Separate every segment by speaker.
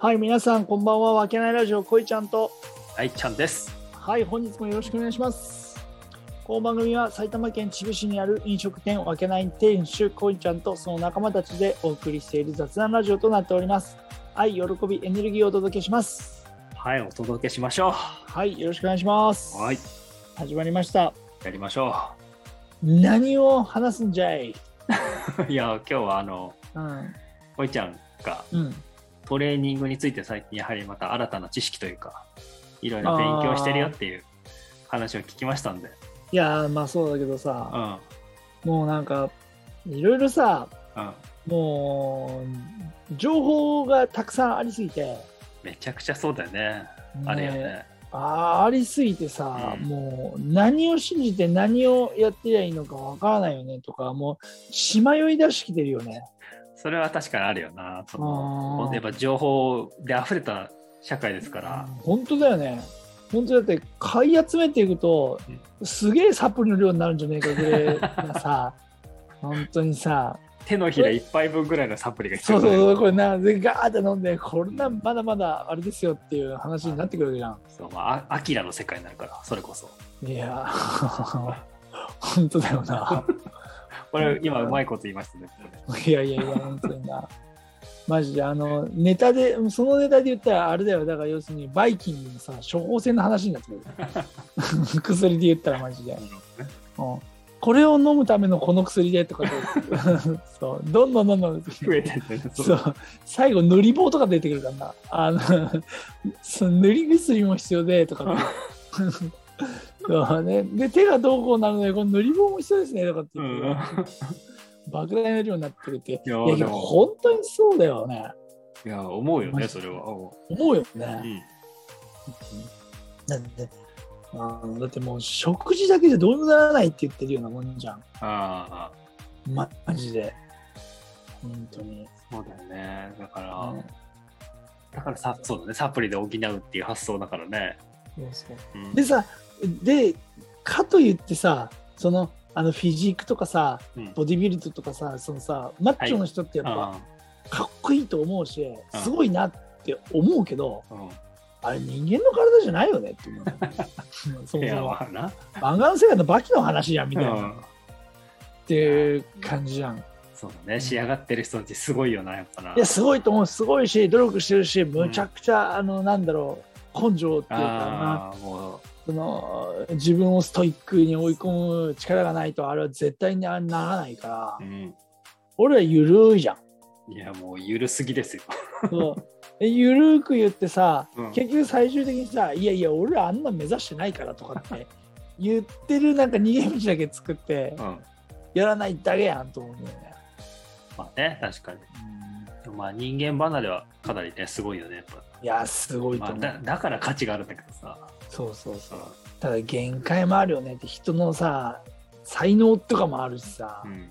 Speaker 1: はい、皆さん、こんばんは。わけないラジオ、こいちゃんと。
Speaker 2: はい、ちゃんです。
Speaker 1: はい、本日もよろしくお願いします。この番組は埼玉県秩父市にある飲食店わけない店主こいちゃんとその仲間たちでお送りしている雑談ラジオとなっております。愛、喜び、エネルギーをお届けします。
Speaker 2: はい、お届けしましょ
Speaker 1: はい、よろしくお願いします。
Speaker 2: う。はい、
Speaker 1: 始まりました。
Speaker 2: やりましょ
Speaker 1: 何を話すんじゃい。
Speaker 2: う。い や、今日はあの、
Speaker 1: うん、
Speaker 2: おいちゃんが
Speaker 1: うん、
Speaker 2: トレーニングについて最近やはりまた新たな知識というか、いろいろ勉強してるよっていう話を聞きましたんで。
Speaker 1: いやー、まあ、そうだけど
Speaker 2: う
Speaker 1: さ、
Speaker 2: ん、うん、
Speaker 1: もうなんか。いろいろさ、もう情報がたくさんありすぎて、
Speaker 2: めちゃくちゃそうだよね。あれよね。
Speaker 1: あーありすぎてさ、
Speaker 2: うん
Speaker 1: もう何を信じて何をやってりゃいいのかわからないよねとかもう血迷い出してきてるよね。
Speaker 2: それは確かにあるよな。そ
Speaker 1: あ
Speaker 2: の
Speaker 1: ー
Speaker 2: やっぱ情報で溢れた社会ですから。
Speaker 1: 本当だよね本当だって買い集めていくとすげえサプリの量になるんじゃねえかぐらいな さ本当にさ
Speaker 2: 手のひら一杯分ぐらいのサプリが必
Speaker 1: そう
Speaker 2: 要だ
Speaker 1: そう
Speaker 2: よ
Speaker 1: そ
Speaker 2: ね
Speaker 1: うこれなでガーって飲んでこれなまだまだあれですよっていう話になってくるわけじゃん。
Speaker 2: そうまああ、アキラの世界になるから、それこそ。
Speaker 1: いやー 本当だよな。
Speaker 2: これ、今、うまいこと言いましたね。これ
Speaker 1: いやいやいや、本当にな。マジで、あの、ネタで、そのネタで言ったら、あれだよ、だから要するに、バイキングのさ、処方箋の話になってくる。 薬で言ったら、マジで、う
Speaker 2: なんるほどね
Speaker 1: これを飲むためのこの薬でと か言うそう、どんどんどんどん。
Speaker 2: 増えてるね。
Speaker 1: そ
Speaker 2: そう
Speaker 1: う最後塗り棒とか出てくるからなあのその塗り薬も必要でとかってそうねで手がどうこうなるのでこの塗り棒も必要ですねとかって
Speaker 2: う
Speaker 1: 言って、
Speaker 2: ん
Speaker 1: 莫大な量になってるってい
Speaker 2: いや
Speaker 1: や
Speaker 2: で
Speaker 1: でも
Speaker 2: も
Speaker 1: 本当にそうだよね
Speaker 2: いや、思うよね、それは。
Speaker 1: 思うよ
Speaker 2: う
Speaker 1: ね、
Speaker 2: ん
Speaker 1: だってあのだってもう食事だけじゃどうにもならないって言ってるようなもんじゃん
Speaker 2: ああ、
Speaker 1: まマジで本当に、
Speaker 2: そうだよね。だか
Speaker 1: う
Speaker 2: ら
Speaker 1: ん、
Speaker 2: だからさ、そうだね、サプリで補うっていう発想だからね。
Speaker 1: そうそう
Speaker 2: うん
Speaker 1: でさでかといってさそのあのフィジークとかさ
Speaker 2: うん
Speaker 1: ボディビルドとかさそのさマッチョの人ってやっぱ
Speaker 2: あ
Speaker 1: かっこいいと思うし、すごいなって思うけど
Speaker 2: あうん
Speaker 1: あれ人間の体じゃないよねって思う うんそ
Speaker 2: い
Speaker 1: もそ
Speaker 2: や、
Speaker 1: も
Speaker 2: わかるな。
Speaker 1: 漫画の世界のバキの話やんみたいな、
Speaker 2: う
Speaker 1: っ
Speaker 2: ん
Speaker 1: ていう感じじゃん
Speaker 2: そうだね、仕上がってる人たちすごいよな、やっぱな。
Speaker 1: いやすごいと思うすごいし努力してるしむちゃくちゃ、あのなんだろう根性っていうかな
Speaker 2: ああ、もう、
Speaker 1: その自分をストイックに追い込む力がないとあれは絶対にならないから、
Speaker 2: うん。
Speaker 1: 俺らゆるいじゃん。
Speaker 2: いや、もう、ゆるすぎですよ。
Speaker 1: そう でゆるーく言ってさ、
Speaker 2: うん
Speaker 1: 結局最終的にさ、いやいや、俺らあんな目指してないからとかって 言ってるなんか逃げ道だけ作って
Speaker 2: う、ん。
Speaker 1: やらないだけやんと思うんだよね。
Speaker 2: まあね、確かに。でもまあ、人間離れはかなりね、すごいよね、やっぱ。
Speaker 1: いや、すごいと
Speaker 2: まあ、
Speaker 1: 思う。
Speaker 2: だだから価値があるんだけどさ。
Speaker 1: そうそうそうう。
Speaker 2: ん
Speaker 1: ただ限界もあるよねって、人のさ、才能とかもあるしさ、
Speaker 2: うん。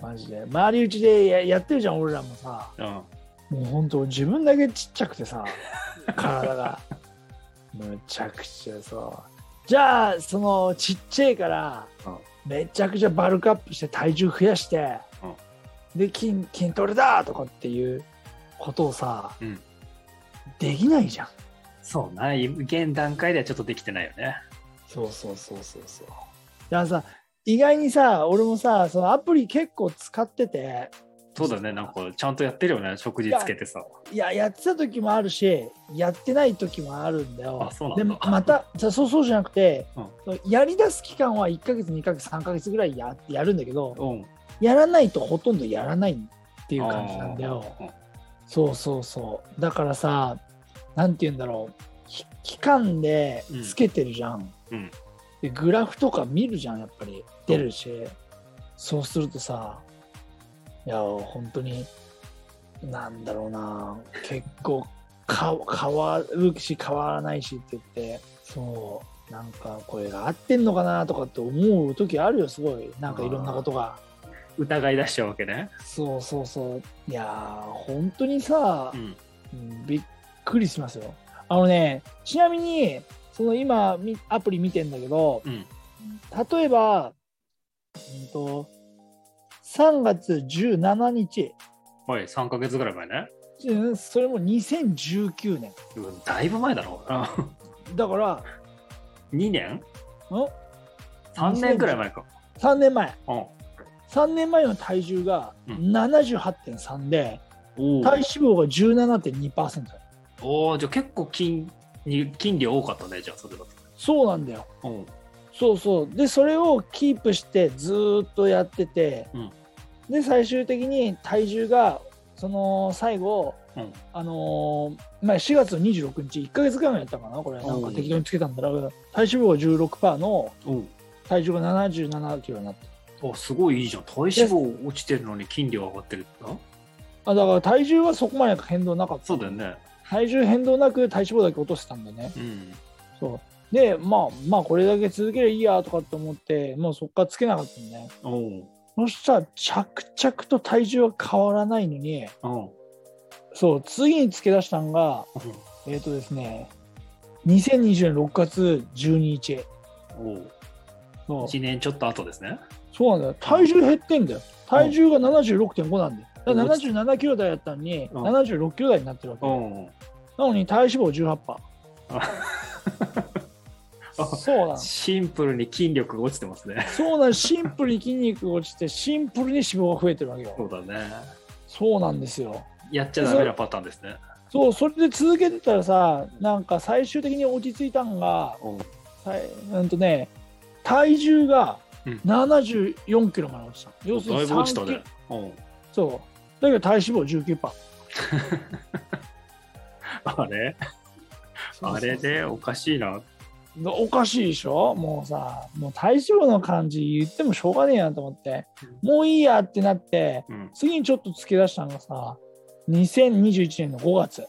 Speaker 1: マジで。周りうちでややってるじゃん、俺らもさ。
Speaker 2: うん。
Speaker 1: もう本当自分だけちっちゃくて さ体がむちゃくちゃさじゃあそのちっちゃいから
Speaker 2: うん
Speaker 1: めちゃくちゃバルクアップして体重増やして、で筋筋トレだとかっていうことをさ
Speaker 2: うん。
Speaker 1: できないじゃん
Speaker 2: そうな、現段階ではちょっとできてないよね。
Speaker 1: そうそうそうそうそうだからさ意外にさ俺もさそのアプリ結構使ってて
Speaker 2: そうだね、なんかちゃんとやってるよね、食事つけてさ。
Speaker 1: いややってた時もあるしやってない時もあるんだよ
Speaker 2: あそうなん
Speaker 1: で
Speaker 2: だ
Speaker 1: またじゃあそうそうじゃなくて、
Speaker 2: うん
Speaker 1: そのやりだす期間は1ヶ月2ヶ月3ヶ月ぐらいややるんだけど
Speaker 2: うん。っ
Speaker 1: やらないとほとんどやらないって
Speaker 2: て
Speaker 1: いう感じなんだよ。そうそうそうだからさなんて言うんだろうき期間でつけてるじゃん、
Speaker 2: うん
Speaker 1: でグラフとか見るじゃんやっぱり出るし、そうするとさいや本当になんだろうな結構か変わるし変わらないしって言ってそうなんかこれが合ってんのかなとかって思う時あるよすごいなんかいろんなことが。
Speaker 2: 疑い出しちゃうわけね。
Speaker 1: そうそうそういやー本当にさ、
Speaker 2: ん。
Speaker 1: うんびっくりしますよ。あのね、ちなみに、その今、みアプリ見てんだけど、
Speaker 2: うん。
Speaker 1: 例えば、うんと、3月17日、
Speaker 2: はい、3ヶ月ぐらい前ね。
Speaker 1: うんそれも2019年
Speaker 2: うんだいぶ前だろあ
Speaker 1: だから
Speaker 2: 2年
Speaker 1: ん
Speaker 2: ?3 年くらい前か。
Speaker 1: 3年前
Speaker 2: うん。
Speaker 1: 3年前の体重が
Speaker 2: うん
Speaker 1: 78.3で、
Speaker 2: お
Speaker 1: 体脂
Speaker 2: ー
Speaker 1: 肪が17.2%
Speaker 2: おーじゃあ結構筋に筋量多かったねじゃあそれだ
Speaker 1: そうなんだよ
Speaker 2: と。うん。
Speaker 1: そうそうでそれをキープしてずーっとやってて、
Speaker 2: うん
Speaker 1: で最終的に体重がその最後、
Speaker 2: うん
Speaker 1: あのーまあ、4月26日1か月間やったかなこれなんか適当につけたんだろう体脂肪が16%の
Speaker 2: お
Speaker 1: 体重が7 7キロになって
Speaker 2: おすごいいいじゃん。体脂肪落ちてるのに筋量上がってるってな
Speaker 1: あだから体重はそこまで変動なかった
Speaker 2: そうだよね。
Speaker 1: 体重変動なく体脂肪だけ落としてたんだね
Speaker 2: うん。
Speaker 1: そうでまあまあこれだけ続けりゃいいやとかって思ってもうそっからつけなかったんね
Speaker 2: おお。
Speaker 1: そしたら着々と体重は変わらないのに
Speaker 2: うん。
Speaker 1: そう次につけ出したのがえっ、とですね2020年6月12日
Speaker 2: おお。
Speaker 1: そう
Speaker 2: 1年ちょっと後ですね。
Speaker 1: そうなんだよ体重減ってんだよ体重が76.5なんだよだから77キロ台だったのに
Speaker 2: うん
Speaker 1: 76キロ台になってるわけ
Speaker 2: うん。
Speaker 1: なのに体脂肪18%そ
Speaker 2: あ
Speaker 1: う なの
Speaker 2: シンプルに筋力が落ちてますね。
Speaker 1: そうなのシンプルに筋肉が落ちてシンプルに脂肪が増えてるわけよ
Speaker 2: そうだね。
Speaker 1: そうなんですよ
Speaker 2: やっちゃダメなパターンですね。
Speaker 1: そうそれで続けてたらさなんか最終的に落ち着いたんが
Speaker 2: うん。
Speaker 1: さいうんとね体重が
Speaker 2: うん
Speaker 1: 7 4キロまで落ちた、要する
Speaker 2: だい
Speaker 1: に
Speaker 2: ぶ落ちた
Speaker 1: 3キロ、
Speaker 2: ね。うん。
Speaker 1: そうだけど体脂肪19%パー
Speaker 2: あれあれでおかしいな。
Speaker 1: おかしいでしょもうさもう体脂肪の感じ言ってもしょうがねえなと思ってもういいやってなって
Speaker 2: うん。
Speaker 1: 次にちょっと付け出したのがさ2021年の5月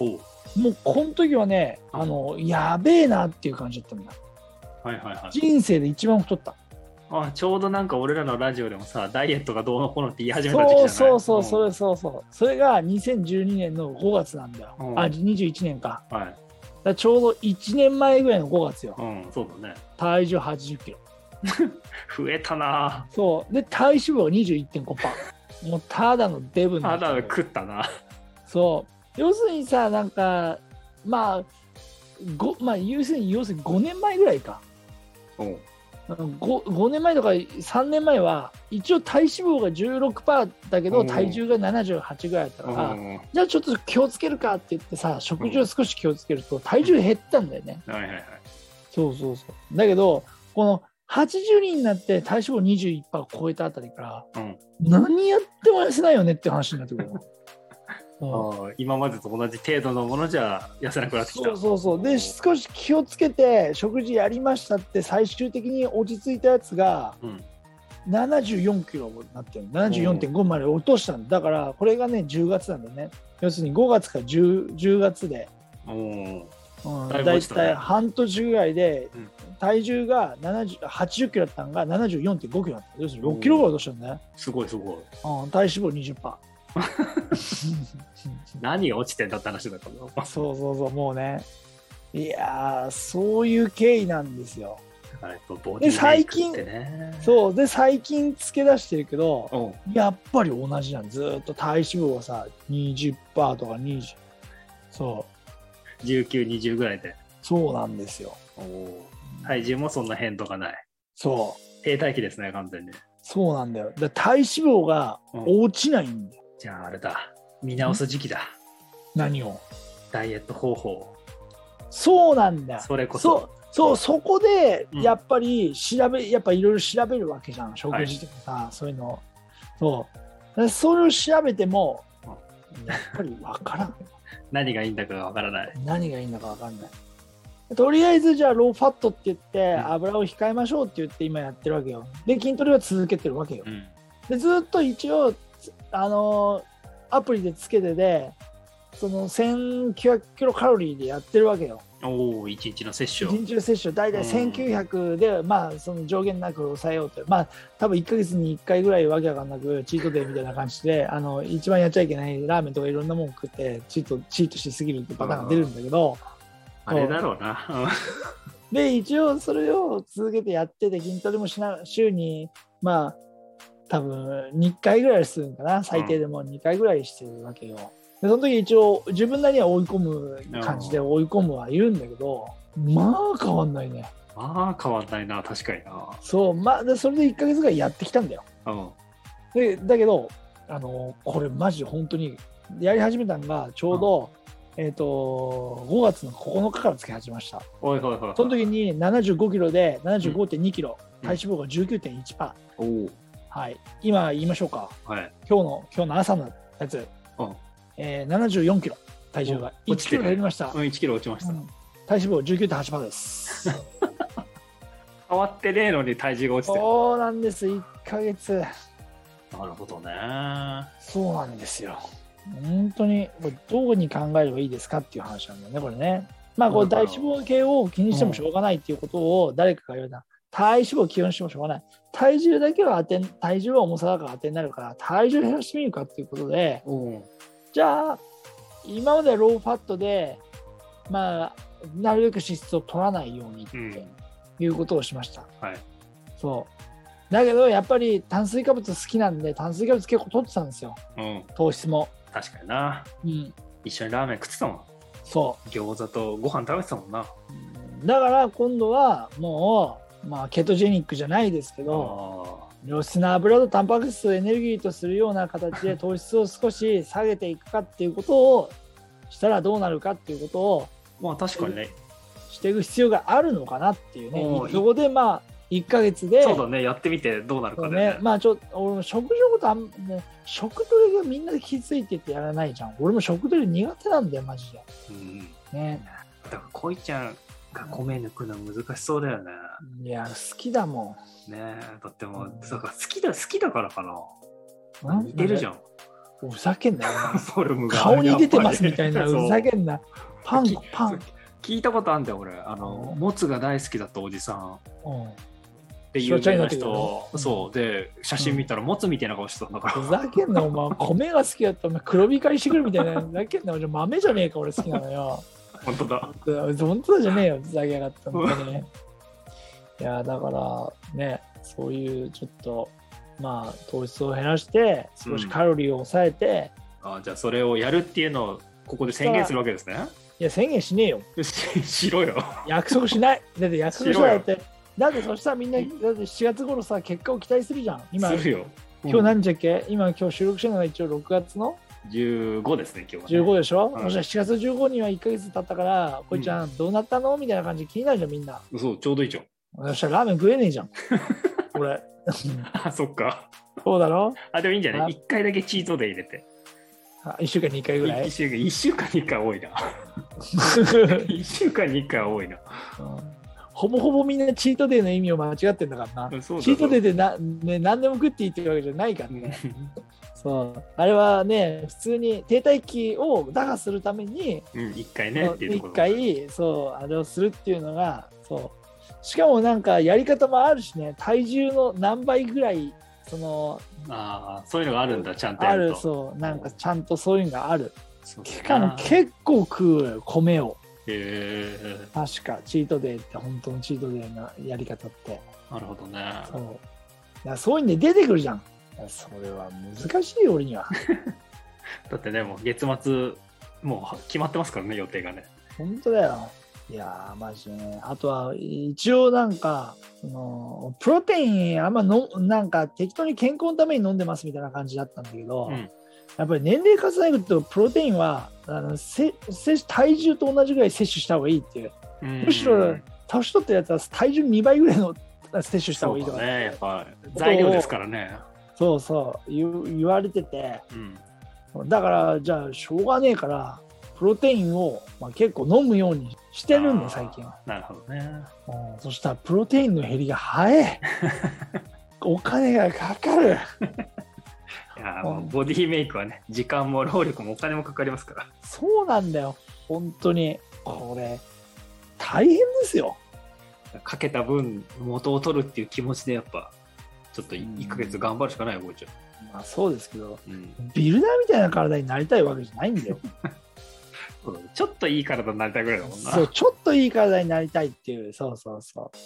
Speaker 2: おう
Speaker 1: もうこの時はねあのやべえなっていう感じだったんだ
Speaker 2: はいはいはい。
Speaker 1: 人生で一番太った
Speaker 2: あちょうどなんか俺らのラジオでもさ、ダイエットがどうのこうのって言い始めた時期じゃ
Speaker 1: そ
Speaker 2: な
Speaker 1: う
Speaker 2: い
Speaker 1: そうそうそ
Speaker 2: ん
Speaker 1: れそうそうそれが2012年の5月なんだよ、
Speaker 2: うん
Speaker 1: あ21年か
Speaker 2: はい。
Speaker 1: だからちょうど1年前ぐらいの5月よ
Speaker 2: うん、そうだね。
Speaker 1: 体重8 0キロ
Speaker 2: 増えたな
Speaker 1: そうで体脂肪が21.5パーもうただのデブにな
Speaker 2: た
Speaker 1: っちゃ
Speaker 2: だ
Speaker 1: うよ
Speaker 2: 食ったな。
Speaker 1: そう要するにさなんかまあごまあ要するに要するに5年前ぐらいか
Speaker 2: うん。
Speaker 1: 5, 5年前とか3年前は一応体脂肪が16パーだけ
Speaker 2: う
Speaker 1: ど
Speaker 2: ん
Speaker 1: 体重が78ぐらいだったから、
Speaker 2: はい
Speaker 1: じゃあちょっと気をつけるかって言ってさ食事を少し気をつけると体重減ったんだよね、
Speaker 2: はいはい。
Speaker 1: そうそうそうだけどこの80人になって体脂肪21%超えたあたりから、
Speaker 2: うん
Speaker 1: 何やっても痩せないよねって話になってくるのうん
Speaker 2: ああ今までと同じ程度のものじゃ痩せなくなってきた。
Speaker 1: そうそうそうで少し気をつけて食事やりましたって最終的に落ち着いたやつが
Speaker 2: うん。
Speaker 1: 74キロになってる74.5まで落としたんだだからこれがね10月なんだよね要するに5月から 10, 10月で
Speaker 2: うん。
Speaker 1: うん
Speaker 2: だい
Speaker 1: 大
Speaker 2: ぶ落ちたね
Speaker 1: 体半年ぐらいで
Speaker 2: うん
Speaker 1: 体重が70 80キロだったのが74.5キロだった要するに6キロぐらい落としたんだね、
Speaker 2: すごいすご
Speaker 1: う
Speaker 2: い。
Speaker 1: ん、体脂肪20%パ ー
Speaker 2: 何が落ちてんだって話だから。
Speaker 1: そうそうそうもうねいやーそういう経緯なんですよ
Speaker 2: やっぱボディメイクってね。
Speaker 1: そうで最近付け出してるけど
Speaker 2: うん。
Speaker 1: やっぱり同じじゃんずーっと体脂肪がさ20%パーとか20そう
Speaker 2: 19、20ぐらいで。
Speaker 1: そうなんですよ
Speaker 2: 体重もそんな変動がない。
Speaker 1: そう
Speaker 2: 停滞期ですね、完全に。
Speaker 1: そうなんだよ。だから体脂肪が落ちないんだよ。
Speaker 2: じゃああれだ。見直す時期だ。
Speaker 1: 何を。
Speaker 2: ダイエット方法。
Speaker 1: そうなんだよ。
Speaker 2: それこ
Speaker 1: そ
Speaker 2: そ。
Speaker 1: うそうそこで
Speaker 2: うん
Speaker 1: やっぱり調べ、やっぱいろいろ調べるわけじゃん食事とかさ、そういうのそうでそれを調べてもやっぱり分からん
Speaker 2: 何がいいんだかがわからない。
Speaker 1: 何がいいんだか分かんないとりあえずじゃあローファットって言って
Speaker 2: うん
Speaker 1: 油を控えましょうって言って今やってるわけよで筋トレは続けてるわけよ
Speaker 2: うん。
Speaker 1: でずっと一応つあのーアプリでつけてでその1900キロカロリーでやってるわけよ
Speaker 2: おお、一日の摂取を。
Speaker 1: 1日の摂取を大体
Speaker 2: うん
Speaker 1: 1900で、まあその上限なく抑えようとまあ多分1ヶ月に1回ぐらいわけわかんなくチートデーみたいな感じであの一番やっちゃいけないラーメンとかいろんなもん食ってチートチートしすぎるってパターンが出るんだけど、
Speaker 2: あれだろうな。
Speaker 1: で一応それを続けてやってて筋トレもしな週にまあ多分2回ぐらいするんかな最低でも2回ぐらいしてるわけよ、でその時一応自分なりには追い込む感じで追い込むはいるんだけどまあ変わんないね
Speaker 2: まあ変わんないな確かにな
Speaker 1: そうまあでそれで1か月ぐらいやってきたんだよ
Speaker 2: うん
Speaker 1: でだけどあのこれマジ本当にやり始めたのがちょうど、えっ、と5月の9日からつけ始めました
Speaker 2: おいおいおい
Speaker 1: その時に75キロで75.2キロ、
Speaker 2: うん
Speaker 1: 体脂肪が19.1%、
Speaker 2: おお
Speaker 1: はい今言いましょうか
Speaker 2: はい
Speaker 1: 今日の今日の朝のやつ、
Speaker 2: うん
Speaker 1: えー、74キロ体重が
Speaker 2: お
Speaker 1: 1
Speaker 2: 落ちて
Speaker 1: キ
Speaker 2: る
Speaker 1: ロ減りました、
Speaker 2: うん1キロ落ちました、
Speaker 1: うん体脂肪19.8%です
Speaker 2: 変わってねえのに体重が落ちてる
Speaker 1: そうなんです1ヶ月
Speaker 2: なるほどね
Speaker 1: そうなんですよ。本当に、これどうに考えればいいですかっていう話なんだよね、これね。まあ、こう
Speaker 2: だか
Speaker 1: 体
Speaker 2: ら
Speaker 1: 脂肪計を気にしてもしょうがないっていうことを誰かが言うな。体脂肪を気にしてもしょうがない。体重だけは当て、体重は重さだから当てになるから、体重減らしてみるかっていうことで、
Speaker 2: おお
Speaker 1: じゃあ、今まではローファットで、まあ、なるべく脂質を取らないようにっ
Speaker 2: うん
Speaker 1: ていうことをしました。
Speaker 2: はい
Speaker 1: そう。だけど、やっぱり炭水化物好きなんで、炭水化物結構取ってたんですよ、
Speaker 2: うん
Speaker 1: 糖質も。
Speaker 2: 確かにな
Speaker 1: うん、
Speaker 2: 一緒にラーメン食ってたもん
Speaker 1: そ
Speaker 2: 餃子とご飯食べてたもんな
Speaker 1: ううんだから今度はもう、まあ、ケトジェニックじゃないですけど
Speaker 2: あ
Speaker 1: 良質な油とタンパク質をエネルギーとするような形で糖質を少し下げていくかっていうことをしたらどうなるかっていうことを
Speaker 2: ーまあ確かにね
Speaker 1: していく必要があるのかなっていう
Speaker 2: お
Speaker 1: ね
Speaker 2: ー
Speaker 1: そこでまあ1ヶ月で
Speaker 2: そうだねやってみてどうなる
Speaker 1: そ
Speaker 2: か
Speaker 1: う
Speaker 2: だよ
Speaker 1: ね
Speaker 2: ね
Speaker 1: まあちょっと俺も食事のことあん、ね、食トレがみんな気づいててやらないじゃん俺も食トレ苦手なんだよマジで
Speaker 2: うん
Speaker 1: ね
Speaker 2: だからこいちゃんが米抜くの難しそうだよね
Speaker 1: いや好きだも
Speaker 2: ねえだってもう
Speaker 1: うん
Speaker 2: だから好きだ好きだからか
Speaker 1: ん
Speaker 2: な似てるじゃん
Speaker 1: んふざけんなよお前
Speaker 2: フォルムが
Speaker 1: 顔に出てますみたいな、
Speaker 2: やっぱり
Speaker 1: ふざけんな。パン
Speaker 2: そう、
Speaker 1: パン。
Speaker 2: そう聞いたことあんだよ俺あのもつが大好きだったおじさんっ
Speaker 1: う
Speaker 2: ていう
Speaker 1: しょっちゅうにな
Speaker 2: な
Speaker 1: ってくる
Speaker 2: 人
Speaker 1: よね
Speaker 2: そうで写真見たらもつみたいな顔してたんだから
Speaker 1: んふざけんな、お前。米が好きだったらお前黒光りしてくるみたいな。ふざけんな、俺豆じゃねえか、俺好きなのよ。
Speaker 2: 本当だ
Speaker 1: 本当じゃねえよ、ふざけやがったん ね。いや、だからね、そういうちょっと、まあ、糖質を減らして、少しカロリーを抑えて、
Speaker 2: あじゃあそれをやるっていうのをここで宣言するわけですね
Speaker 1: いや、宣言しねえよ。
Speaker 2: し しろよ
Speaker 1: 約束しない。だって約束したらだって、だってそしたらみんな、だって7月頃さ、結果を期待するじゃん。今、
Speaker 2: するよ
Speaker 1: 今日何時だっけ今今日収録してるのが一応6月の
Speaker 2: 15ですね今日はね、
Speaker 1: 15でしょ、
Speaker 2: はい
Speaker 1: もしかしたら7月15には1ヶ月経ったから、こいちゃんどうなったのみたいな感じで気になるじゃんみんな。
Speaker 2: そうちょうどいいじゃん
Speaker 1: そしたらラーメン食えねえ じゃん。俺。
Speaker 2: あそっか
Speaker 1: そうだろ
Speaker 2: あでもいいんじゃな
Speaker 1: あ
Speaker 2: い一回だけチートデイ入れて
Speaker 1: あ ?1 週間に1回ぐらい
Speaker 2: 一。週間一週間に1回多いな 一週間に1回は多いな
Speaker 1: うん ほぼほぼみんなチートデイの意味を間違ってんだからな。
Speaker 2: そうだ
Speaker 1: チートデイ
Speaker 2: イ
Speaker 1: でな、ね、何でも食っていいっていうわけじゃないからね。そうあれはね、普通に停滞期を打破するために、
Speaker 2: うん一回ねっていうとこ
Speaker 1: 一
Speaker 2: ろ
Speaker 1: 回そうあれをするっていうのがそうしかもなんかやり方もあるしね体重の何倍ぐらいその
Speaker 2: ああそういうのがあるんだちゃんと
Speaker 1: あ
Speaker 2: やる
Speaker 1: る
Speaker 2: と
Speaker 1: そうなんかちゃんとそういうのがある
Speaker 2: そうだな
Speaker 1: しかも結構食うよ米を
Speaker 2: へえ
Speaker 1: 確かチートデーって本当のチートデーのやり方って
Speaker 2: なるほどね
Speaker 1: そうだからそういうんで出てくるじゃんいやそれは難しいよ俺には
Speaker 2: だってねもう月末もう決まってますからね予定がね
Speaker 1: 本当だよいやーマジでねあとは一応なんかそのプロテインあんまのなんか適当に健康のために飲んでますみたいな感じだったんだけど、
Speaker 2: うん
Speaker 1: やっぱり年齢重ねるとプロテインはあのせ摂体重と同じぐらい摂取した方がいいっていうむしろ年取ってるやつは体重2倍ぐらいの摂取した方
Speaker 2: そ
Speaker 1: がいいうとか
Speaker 2: だねやっぱ材料ですからね
Speaker 1: そうそう言う言われてて
Speaker 2: うん
Speaker 1: だからじゃあしょうがねえからプロテインを、まあ、結構飲むようにしてるん
Speaker 2: あ
Speaker 1: で
Speaker 2: ー
Speaker 1: 最近は。
Speaker 2: なるほどね
Speaker 1: うんそしたらプロテインの減りが早 いお金がかかる
Speaker 2: いやーもうボディメイクはね時間も労力もお金もかかりますから
Speaker 1: そうなんだよ本当にこれ大変ですよ
Speaker 2: かけた分元を取るっていう気持ちでやっぱちょっと
Speaker 1: うん
Speaker 2: 1ヶ月頑張るしかないよこいちゃ
Speaker 1: まあそうですけど
Speaker 2: ん、うん
Speaker 1: ビルダーみたいな体になりたいわけじゃないんだよ
Speaker 2: そうだねちょっといい体になりたいぐらいだもんな
Speaker 1: そうちょっといい体になりたいっていうそうそうそう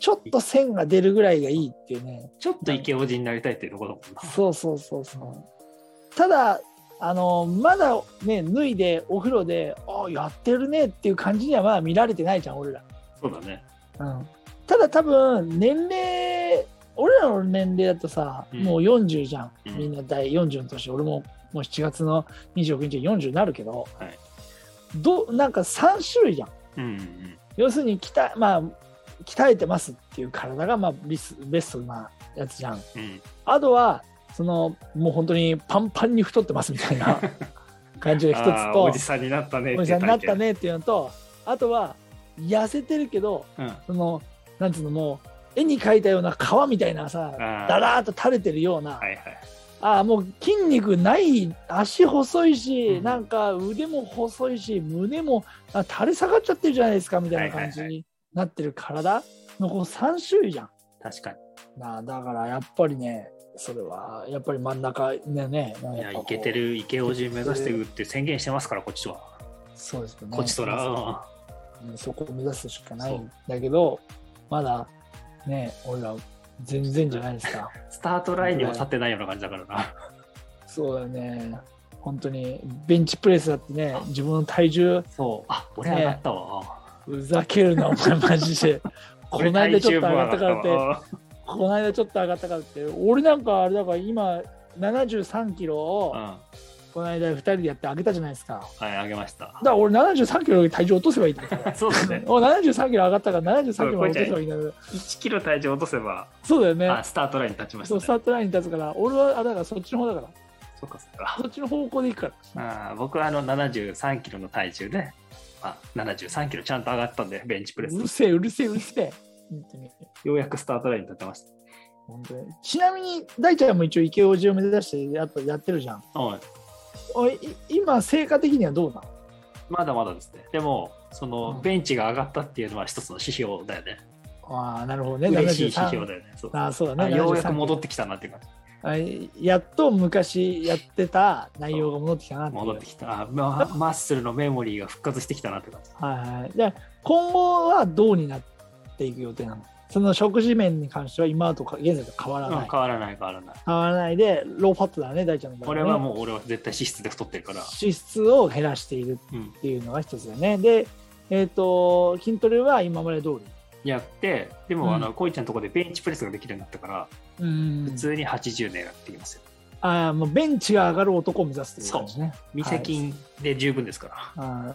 Speaker 1: ちょっと線が出るぐらいがいいっていうね
Speaker 2: ちょっとイケオジになりたいっていうところだもんな
Speaker 1: そうそうそうそうただあのまだね脱いでお風呂であやってるねっていう感じにはまだ見られてないじゃん俺ら、
Speaker 2: そうだね。
Speaker 1: うん、ただ多分年齢俺らの年齢だとさ、
Speaker 2: うん
Speaker 1: もう40じゃん
Speaker 2: うん
Speaker 1: みんな第40の年俺ももう7月の29日に40になるけど、
Speaker 2: はい
Speaker 1: どなんか3種類じゃん
Speaker 2: うんうん
Speaker 1: 要するに鍛え,、まあ、鍛えてますっていう体が、まあ、ビスベストなやつじゃん
Speaker 2: うんうん。
Speaker 1: あとはそのもう本当にパンパンに太ってますみたい な感じが一つと
Speaker 2: あーおじさんになったねって
Speaker 1: お
Speaker 2: いう
Speaker 1: じさんになった
Speaker 2: 体験。
Speaker 1: ねっていうのとあとは痩せてるけど
Speaker 2: うん。
Speaker 1: そのなんつうのもう絵に描いたような皮みたいなさ
Speaker 2: あー
Speaker 1: だらーっと垂れてるような、
Speaker 2: はいはい。
Speaker 1: あーもう筋肉ない足細いし、
Speaker 2: うん
Speaker 1: なんか腕も細いし胸もあ垂れ下がっちゃってるじゃないですかみたいな感じ
Speaker 2: はいは
Speaker 1: になってる体のこの3種類じゃん。
Speaker 2: 確かに。
Speaker 1: なあだからやっぱりねそれはやっぱり真ん中ねね
Speaker 2: い
Speaker 1: や
Speaker 2: や、
Speaker 1: っぱこ
Speaker 2: いうけてる、イケオジ目指していくって宣言してますから、こっちは。
Speaker 1: そうですよね
Speaker 2: こっちとら。
Speaker 1: うんそこを目指すしかないんだけどまだね俺ら全然じゃないですか
Speaker 2: うんスタートラインにも立ってないような感じだからな。
Speaker 1: そうだよね本当にベンチプレスだってね自分の体重
Speaker 2: そう。あ、俺上がったわ。
Speaker 1: ふざけるなお前マジ でこの間ちょっと上がったからって
Speaker 2: らって。
Speaker 1: この間ちょっと上がったからって俺なんかあれだから今73キロ
Speaker 2: う
Speaker 1: を
Speaker 2: ん。は
Speaker 1: この間2人でやって上げたじゃないですかだか
Speaker 2: い、上げました。
Speaker 1: ら俺73キロより体重落とせばいいんだから
Speaker 2: そうだね。
Speaker 1: お73キロ上がったから73キロ落とせばいいんだから
Speaker 2: 1キロ体重落とせば、
Speaker 1: そうだよね
Speaker 2: あスタートラインに立ちました
Speaker 1: そう
Speaker 2: ね。
Speaker 1: スタートラインに立つから、俺はあだからそっちの方だから、
Speaker 2: そっかそっか。
Speaker 1: そっちの方向で行くから。
Speaker 2: あー僕はあの73キロの体重で、まあ、73キロちゃんと上がったんで、ベンチプレス。
Speaker 1: うるせえ、うるせえ、うるせえ。本当に
Speaker 2: ようやくスタートラインに立てまし
Speaker 1: 本当にちなみに、大ちゃんも一応、池王子を目指してやっぱやってるじゃん。
Speaker 2: た。うん。
Speaker 1: おいい今、成果的にはどうなの
Speaker 2: まだまだですね。でも、そ
Speaker 1: うん
Speaker 2: のベンチが上がったっていうのは一つの指標だよね。
Speaker 1: ああ、なるほどね。
Speaker 2: 嬉しい指標
Speaker 1: 73
Speaker 2: だよね。そう
Speaker 1: ああ、そうだ
Speaker 2: あ
Speaker 1: ね。
Speaker 2: ようやく戻
Speaker 1: っ
Speaker 2: ってきたなっていう感じ。
Speaker 1: やっと昔やってた内容が戻ってきたなっていう。
Speaker 2: 戻ってきた。あまマッスルのメモリーが復活してきたなって感じ。
Speaker 1: はいはい。じゃあ今後はどうになっていく予定なのその食事面に関しては今とか現在と変わら
Speaker 2: うん
Speaker 1: ない。
Speaker 2: 変わらない変わらない。
Speaker 1: 変わらないで、ローファットだね、大ちゃんの場合、ね。
Speaker 2: 俺はもう俺は絶対脂質で太ってるから。
Speaker 1: 脂質を減らしている
Speaker 2: う
Speaker 1: っ。
Speaker 2: ん
Speaker 1: ていうのが一つだよね。で、えっ、と、筋トレは今まで通り。
Speaker 2: やって、
Speaker 1: う
Speaker 2: で
Speaker 1: ん
Speaker 2: も、あの、こいちゃんのところでベンチプレスができるようになったから、
Speaker 1: うん
Speaker 2: 普通に80年やってきますよ。
Speaker 1: ああ、もうベンチが上がる男を目指すという感じね。
Speaker 2: 未施筋で十分ですから。
Speaker 1: ああ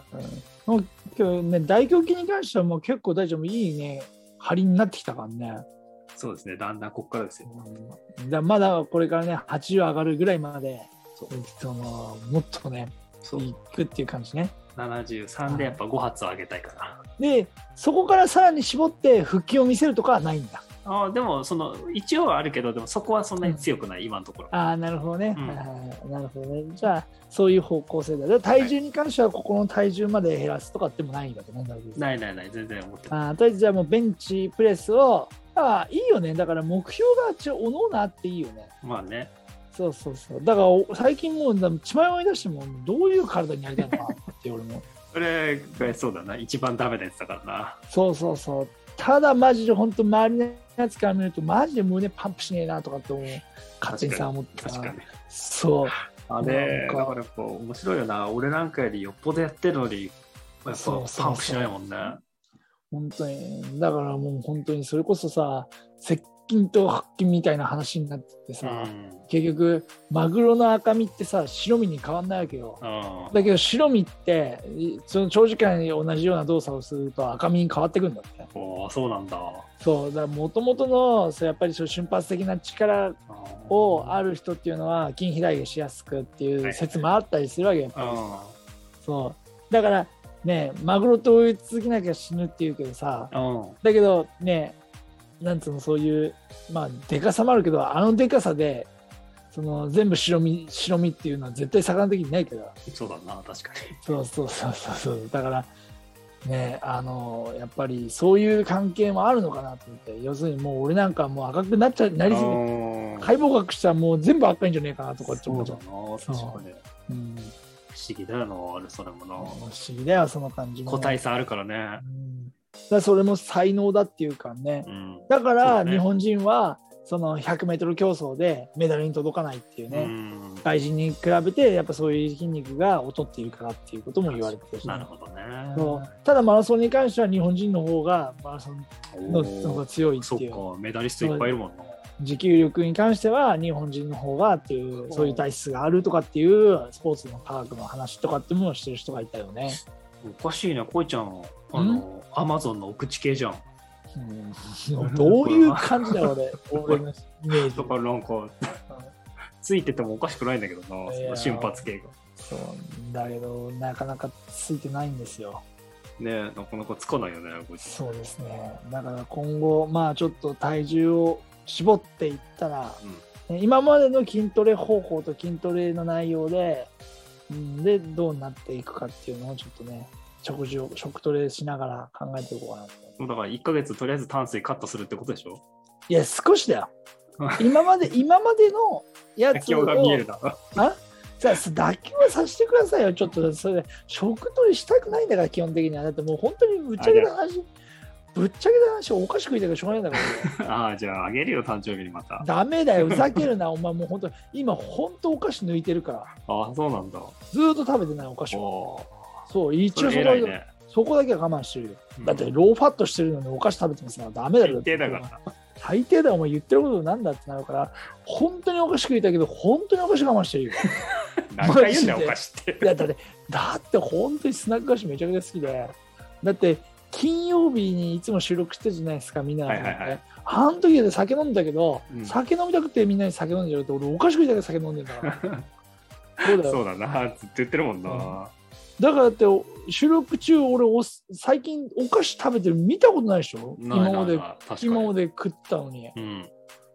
Speaker 1: うんもう今日ね、大胸筋に関してはもう結構大丈夫、いいね、張りになってきたからね。
Speaker 2: そうですね、だんだんここからですよ。
Speaker 1: うんだまだこれからね、80上がるぐらいまで、
Speaker 2: そう
Speaker 1: そのもっとね、
Speaker 2: そう
Speaker 1: いくっていう感じね。
Speaker 2: 73でやっぱ5発を上げたいから。
Speaker 1: で、そこからさらに絞って腹筋を見せるとかはないんだ。
Speaker 2: あーでも、その、一応はあるけど、でもそこはそんなに強くない、今のところ。
Speaker 1: ああ、なるほどね、
Speaker 2: うん
Speaker 1: はいはいはいなるほどね。じゃあ、そういう方向性だ。で体重に関しては、ここの体重まで減らすとかってもないんだけどね、大丈夫
Speaker 2: ないないない、全然思ってない。
Speaker 1: あーとりあえず、じゃあもうベンチプレスを、ああ、いいよね。だから目標がちょおのおのあっていいよね。
Speaker 2: まあね、
Speaker 1: そうそうそう。だからお、最近もう、だ血迷い出しても、どういう体になりたいのかなって、俺も。
Speaker 2: それがそうだな、一番ダメなやつだからな。
Speaker 1: そうそうそう。ただ、マジで本当、周りのやつから見ると、マジで胸パンプしねえなとかって思う。勝手にさ、思って
Speaker 2: 確か
Speaker 1: た
Speaker 2: に。。
Speaker 1: そう。
Speaker 2: あれ、
Speaker 1: な
Speaker 2: だ
Speaker 1: ん
Speaker 2: か
Speaker 1: から
Speaker 2: やっぱ面白いよな、俺なんかよりよっぽどやってるのに、やっぱ
Speaker 1: そうそうそう
Speaker 2: パンプしないもんね。
Speaker 1: 本当にだからもう本当にそれこそさ接近と発見みたいな話になってて
Speaker 2: う
Speaker 1: さ、
Speaker 2: ん。
Speaker 1: 結局マグロの赤身ってさ白身に変わんないわけよ
Speaker 2: うん
Speaker 1: だけど白身っていその長時間に同じような動作をすると赤身に変わってくんだって
Speaker 2: おーそうなんだ。
Speaker 1: そうだからもともとのそうやっぱりそう瞬発的な力をあ
Speaker 2: る。
Speaker 1: る人っていうのは筋肥大がしやすくってい
Speaker 2: は
Speaker 1: う
Speaker 2: い
Speaker 1: 説もあったりするわけよ、
Speaker 2: うん。
Speaker 1: そうだからねマグロと追い続けなきゃ死ぬっていうけどさ、
Speaker 2: うん。
Speaker 1: だけどね、なんつうの、そういう、まあ、でかさもあるけど、あのでかさで、その全部白身、白身っていうのは絶対魚的にないから、
Speaker 2: そうだな、確かに。
Speaker 1: そうそうそうそうそう、だから、ね、あの、やっぱりそういう関係もあるのかなと思って、要するにもう俺なんかもう赤くなっちゃ、なりすぎて、
Speaker 2: うん
Speaker 1: 解剖学したらもう全部赤いんじゃねえかなとかって
Speaker 2: そ
Speaker 1: 思
Speaker 2: う
Speaker 1: っち
Speaker 2: だ
Speaker 1: ゃう
Speaker 2: な、。確かに。
Speaker 1: うん、
Speaker 2: 不思議だよな、あれ、それも
Speaker 1: 不
Speaker 2: な。
Speaker 1: 思議だよ、その感じも。
Speaker 2: 個体差あるからね
Speaker 1: う。んだからそれも才能だっていうかね、
Speaker 2: うん。
Speaker 1: だから
Speaker 2: そうだね
Speaker 1: 日本人はその 100m 競争でメダルに届かないっていうね、
Speaker 2: うん
Speaker 1: 外人に比べてやっぱそういう筋肉が劣っているからっていうことも言われてるし
Speaker 2: なるほどね。
Speaker 1: そうただマラソンに関しては日本人の方がマラソンの
Speaker 2: おー
Speaker 1: の方が強いって
Speaker 2: そ
Speaker 1: いう
Speaker 2: っか、メダリストいっぱいいるもんな。
Speaker 1: 持久力に関しては日本人の方がっていうそういう体質があるとかっていうスポーツの科学の話とかっていうものをしてる人がいたよね。
Speaker 2: おかしいな、こいちゃん、あの、アマゾンの奥地系じゃん。
Speaker 1: うんどういう感じだろ うね、俺のイメージ。
Speaker 2: だからなんか、ついててもおかしくないんだけどな、
Speaker 1: い
Speaker 2: そ
Speaker 1: や
Speaker 2: の
Speaker 1: ー
Speaker 2: 瞬発系が。
Speaker 1: そうだけど、なかなかついてないんですよ。
Speaker 2: ねえなかなかつかないよね、こいつ。
Speaker 1: そうですね。だから今後、まあちょっと体重を絞っていったら、ね今までの筋トレ方法と筋トレの内容で、うん、で、どうなっていくかっていうのをちょっとね、食事を、食トレしながら考えていこうかなと。
Speaker 2: うん。だから1ヶ月とりあえず炭水カットするってことでしょ
Speaker 1: いや、少しだ よ。今まで、今までのやつを
Speaker 2: 今日が見えるな。
Speaker 1: あじゃあ、妥協はさせてくださいよ。ちょっと、それ、食トレしたくないんだから、基本的には。だってもう本当にぶっちゃけた話、ぶっちゃけた話、お菓子食いたからしょうがないんだから。
Speaker 2: ああ、じゃああげるよ、誕生日にまた。
Speaker 1: ダメだよ、ふざけるな、お前もう本当に、今本当お菓子抜いてるから、
Speaker 2: ああ、そうなんだ。
Speaker 1: ずーっと食べてないお菓子を。
Speaker 2: おー
Speaker 1: そう、一
Speaker 2: そ
Speaker 1: 応そ
Speaker 2: れ
Speaker 1: こだ
Speaker 2: 偉い
Speaker 1: け,、
Speaker 2: ね。
Speaker 1: そこだけは我慢してるよ。
Speaker 2: うん
Speaker 1: だって、ローファットしてるのにお菓子食べてますから、ダメだよ。
Speaker 2: 最低だから。
Speaker 1: 最低だよ、お前言ってることなんだってなるから、本当にお菓子食いたいけど、本当にお菓子我慢して るよ。
Speaker 2: 何回言うんだよ、
Speaker 1: マジで
Speaker 2: お菓子って
Speaker 1: い。やだって、だって本当にスナック菓子めちゃくちゃ好きで、だって、金曜日にいつも収録してるじゃないですか、みんなで、ね
Speaker 2: はいはいはい
Speaker 1: あの時で酒飲んだけど、
Speaker 2: うん
Speaker 1: 酒飲みたくてみんなに酒飲んじゃうと、俺お菓子食いたくて酒飲んでんだから。そう だよ
Speaker 2: そうだな、ずっと言ってるもんな。
Speaker 1: だからだって収録中俺お最近お菓子食べてる見たことないでしょ
Speaker 2: ない
Speaker 1: 今ま
Speaker 2: ない
Speaker 1: で
Speaker 2: ない確かに
Speaker 1: 今まで食ったのに
Speaker 2: うん。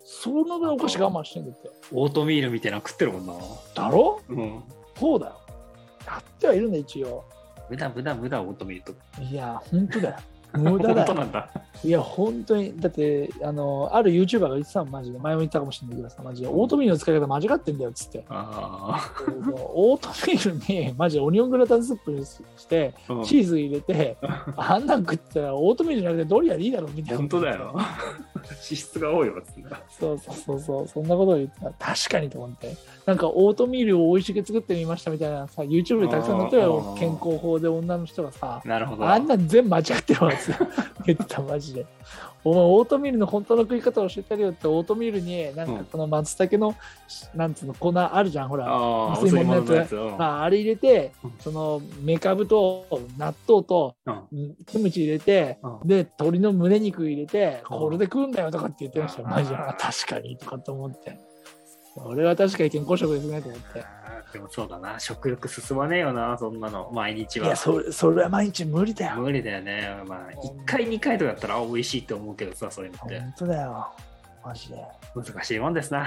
Speaker 1: そのぐらいお菓子我慢してんだって
Speaker 2: オートミールみたいなの食ってるもんな。
Speaker 1: だろ
Speaker 2: うん。
Speaker 1: そうだよやってはいるんだ一応
Speaker 2: 無駄、無駄、無駄、オートミールと。
Speaker 1: いや本当だよ無駄だ
Speaker 2: 本当な
Speaker 1: よ
Speaker 2: んだ。
Speaker 1: いや本当にだってあのある YouTuber が言ってたのマジで前も言ったかもしれないけどさマジでオートミールの使い方間違ってんだよっつって
Speaker 2: あ
Speaker 1: オートミールにマジでオニオングラタンスープにして
Speaker 2: あ。うん
Speaker 1: チーズ入れてあんなん食ったらオートミールじゃなくてドリアでいいだろみたいな
Speaker 2: 本当だよ。 脂質が多いよ、つって
Speaker 1: そうそうそうそう、そんなことを言ってた。確かにと思って。なんかオートミールを美味しく作ってみましたみたいなさ、YouTube でたくさん載ってる
Speaker 2: あ
Speaker 1: よ
Speaker 2: ー。
Speaker 1: 健康法で女の人がさ、
Speaker 2: なるほど。
Speaker 1: あんなん全部間違ってるわ つって言ってた、マジで。お前、オートミールの本当の食い方を教えてやるよって、オートミールに、なん
Speaker 2: う
Speaker 1: か
Speaker 2: ん
Speaker 1: この松茸の、なんつうの、粉あるじゃん、ほら。
Speaker 2: ああ、お
Speaker 1: お吸
Speaker 2: 吸
Speaker 1: い
Speaker 2: い物
Speaker 1: 物
Speaker 2: の
Speaker 1: の
Speaker 2: や
Speaker 1: や
Speaker 2: つ。
Speaker 1: まあ、あれ入れて
Speaker 2: うん、
Speaker 1: その、メカブと納豆と、
Speaker 2: うん
Speaker 1: キムチ入れて、
Speaker 2: うん
Speaker 1: で、鶏の胸肉入れて、
Speaker 2: うん
Speaker 1: これで食うんだよとかって言ってましたよ。
Speaker 2: うん
Speaker 1: マジで、 あ確かにとかと思って。俺は確かに健康食ですねと思って。
Speaker 2: でもそうだな、食欲進まねえよな、そんなの、毎日
Speaker 1: い
Speaker 2: は。
Speaker 1: や、それ、それは毎日無理だよ。
Speaker 2: 無理だよね。まあ、1回、2回とかだったら、あ美味しいって思うけどさ、そういうのって。
Speaker 1: 本当だよ。マジで。ね
Speaker 2: 難しいもんですな。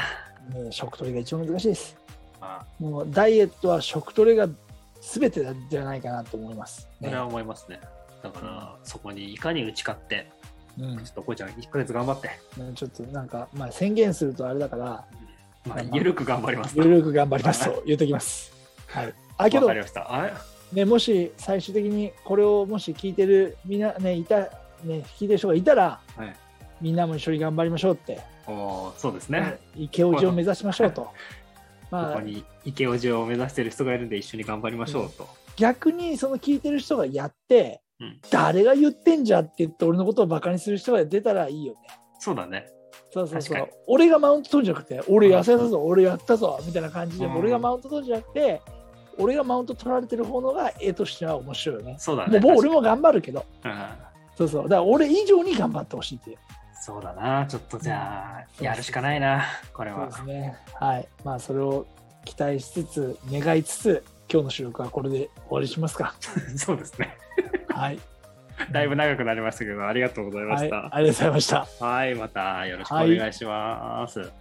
Speaker 1: え食トレが一番難しいです。
Speaker 2: まあ、
Speaker 1: もう、ダイエットは食トレが全てじゃないかなと思います。
Speaker 2: そ
Speaker 1: ね
Speaker 2: れは思いますね。だから、そこにいかに打ち勝って、
Speaker 1: うん
Speaker 2: ちょっとこいちゃん、1ヶ月頑張って、
Speaker 1: ねちょっとなんか、まあ、宣言するとあれだから、
Speaker 2: まあ、ゆるく頑張りますと。
Speaker 1: ゆるく頑張りますと言っときます。はい。あ、け
Speaker 2: わ
Speaker 1: ど
Speaker 2: か、りました。あれ
Speaker 1: ね、もし最終的にこれをもし聞いてるみんな、ね、いた、ね、聞いてる人がいたら、
Speaker 2: はい
Speaker 1: みんなも一緒に頑張りましょうって、
Speaker 2: おーそうですね。
Speaker 1: 池尾路を目指しましょう と。ま
Speaker 2: ここ
Speaker 1: あ、
Speaker 2: に池尾城を目指してる人がいるんで一緒に頑張りましょうと。
Speaker 1: 逆にその聞いてる人がやって、
Speaker 2: うん
Speaker 1: 誰が言ってんじゃって言って俺のことをバカにする人が出たらいいよね。
Speaker 2: そうだね。
Speaker 1: そうそうそ
Speaker 2: 確
Speaker 1: う
Speaker 2: か。
Speaker 1: 俺がマウント取るんじゃなくて、俺痩せたぞ、俺やったぞ、みたいな感じで、
Speaker 2: うん
Speaker 1: 俺がマウント取るんじゃなくて、俺がマウント取られてる方のが絵としては面白いよね。
Speaker 2: そうだ
Speaker 1: も
Speaker 2: ね。
Speaker 1: うもう俺も頑張るけど、
Speaker 2: 確かにうん
Speaker 1: そうそう。だから俺以上に頑張ってほしいっていう。
Speaker 2: そうだな。ちょっとじゃ
Speaker 1: そ
Speaker 2: あ、
Speaker 1: う
Speaker 2: やるしかないな。これ
Speaker 1: そう
Speaker 2: は
Speaker 1: で。すね。はい。まあ、それを期待しつつ、願いつつ、今日の収録はこれで終わりしますか。
Speaker 2: そうですね。
Speaker 1: はい。
Speaker 2: だいぶ長くなりましたけど、ありがとうございま
Speaker 1: は
Speaker 2: し
Speaker 1: い。
Speaker 2: た。
Speaker 1: ありがとうございました。
Speaker 2: はい、またよろしくお願いします。